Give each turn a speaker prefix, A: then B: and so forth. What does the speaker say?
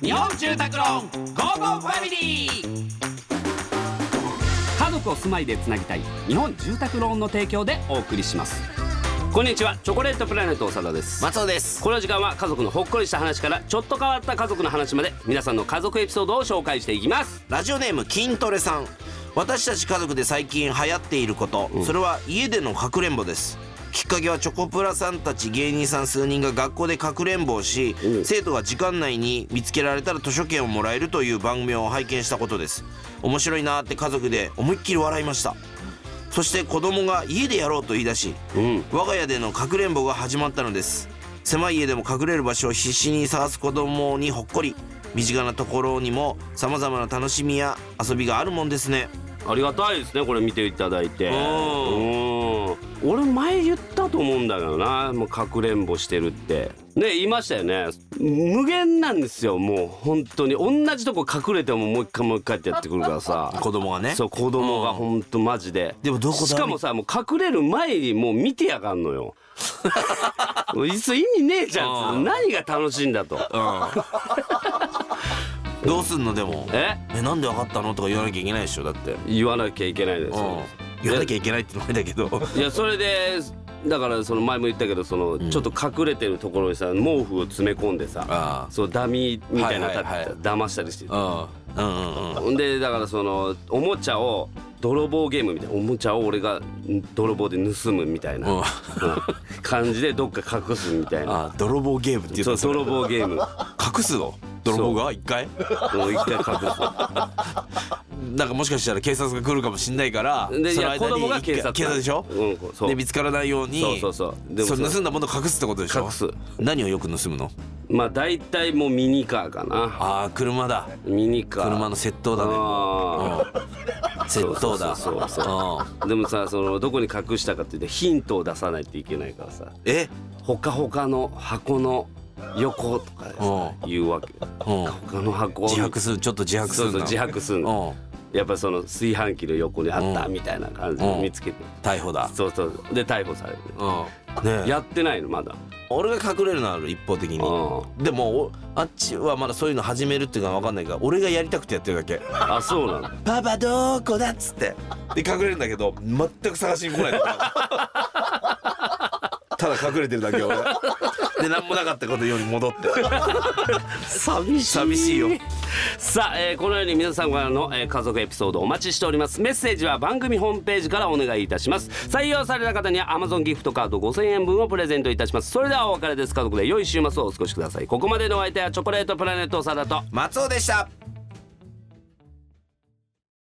A: 日本住宅ローンゴーゴーファミリー家族を住まいでつなぎたい日本住宅ローンの提供でお送りしますこんにちはチョコレートプラネット長田です
B: 松尾です
A: この時間は家族のほっこりした話からちょっと変わった家族の話まで皆さんの家族エピソードを紹介していきます
B: ラジオネーム筋トレさん私たち家族で最近流行っていること、それは家でのかくれんぼですきっかけはチョコプラさんたち芸人さん数人が学校でかくれんぼをし、
A: うん
B: 生徒が時間内に見つけられたら図書券をもらえるという番組を拝見したことです面白いなーって家族で思いっきり笑いましたそして子供が家でやろうと言い出し
A: うん
B: 我が家でのかくれんぼが始まったのです狭い家でも隠れる場所を必死に探す子供にほっこり身近なところにも様々な楽しみや遊びがあるもんですね
A: ありがたいですねこれ見ていただいて
B: う
A: うん俺前言ったと思うんだけどなもうかくれんぼしてるってね言いましたよね無限なんですよもう本当に同じとこ隠れてももう一回もう一回ってやってくるからさ
B: 子供がね
A: そう子供がほんとマジで
B: でもどこだ
A: しかもさもう隠れる前にもう見てやがんの よもういっそ意味ねえじゃ
B: うん
A: ん何が楽しいんだと
B: うんどうすんのでも
A: え
B: えなんでわかったのとか言わなきゃいけないでしょだって
A: 言わなきゃいけないですよ
B: 言わなきゃいけないってのもあれだけど
A: いやそれでだからその前も言ったけどその、ちょっと隠れてるところにさ毛布を詰め込んでさ
B: あ
A: そうダミーみたいなの立てて
B: はいはいはい
A: 騙したりして
B: あうんうんうんうん
A: ほんでだからそのおもちゃを泥棒ゲームみたいなおもちゃを俺が泥棒で盗むみたいな、
B: うん
A: うん感じでどっか隠すみたいな
B: あ泥棒ゲームって言
A: そう
B: うと
A: 泥棒ゲーム
B: 隠すの泥棒が一回
A: もう一回隠す
B: なんかもしかしたら警察が来るかもしんないから
A: でい
B: その
A: や子
B: 間に
A: 供が警察
B: 一回警察でしょ、
A: うんこうそう
B: で見つからないように
A: そうそうそうでも
B: そ
A: さ
B: れ盗んだものを隠すってことでしょ
A: 隠す
B: 何をよく盗むの
A: まあ大体もうミニカーかな
B: ああ車だ
A: ミニカー
B: 車の窃盗だね
A: あ
B: うん窃盗だ
A: そうそうそうそーでもさそのどこに隠したかって言ってヒントを出さないといけないからさ
B: うんえ
A: ほかほかの箱の横とかでさ
B: う
A: 言うわけ
B: うん
A: 他の箱を
B: 自白するちょっと自白す
A: そう
B: る
A: そう自白するの
B: うん
A: やっぱその炊飯器の横にあった
B: うん
A: みたいな感じで見つけて
B: 逮捕だ
A: そうそうで逮捕される
B: うんねえ
A: やってないのまだ
B: 俺が隠れるのはある一方的に
A: うん
B: でもおあっちはまだそういうの始めるっていうのは分かんないから俺がやりたくてやってるだけ
A: あそうなの
B: 「パパどこだ?」っつってで隠れるんだけど全く探しに来ないのただ隠れてるだけ俺で何もなかったことより戻って
A: 寂しい
B: 寂しいよ
A: さあ、えーこのように皆さんからの、えー家族エピソードお待ちしておりますメッセージは番組ホームページからお願いいたします採用された方には Amazon ギフトカード5000円分をプレゼントいたしますそれではお別れです家族で良い週末をお過ごしくださいここまでのお相手はチョコレートプラネット長田と
B: 松尾でした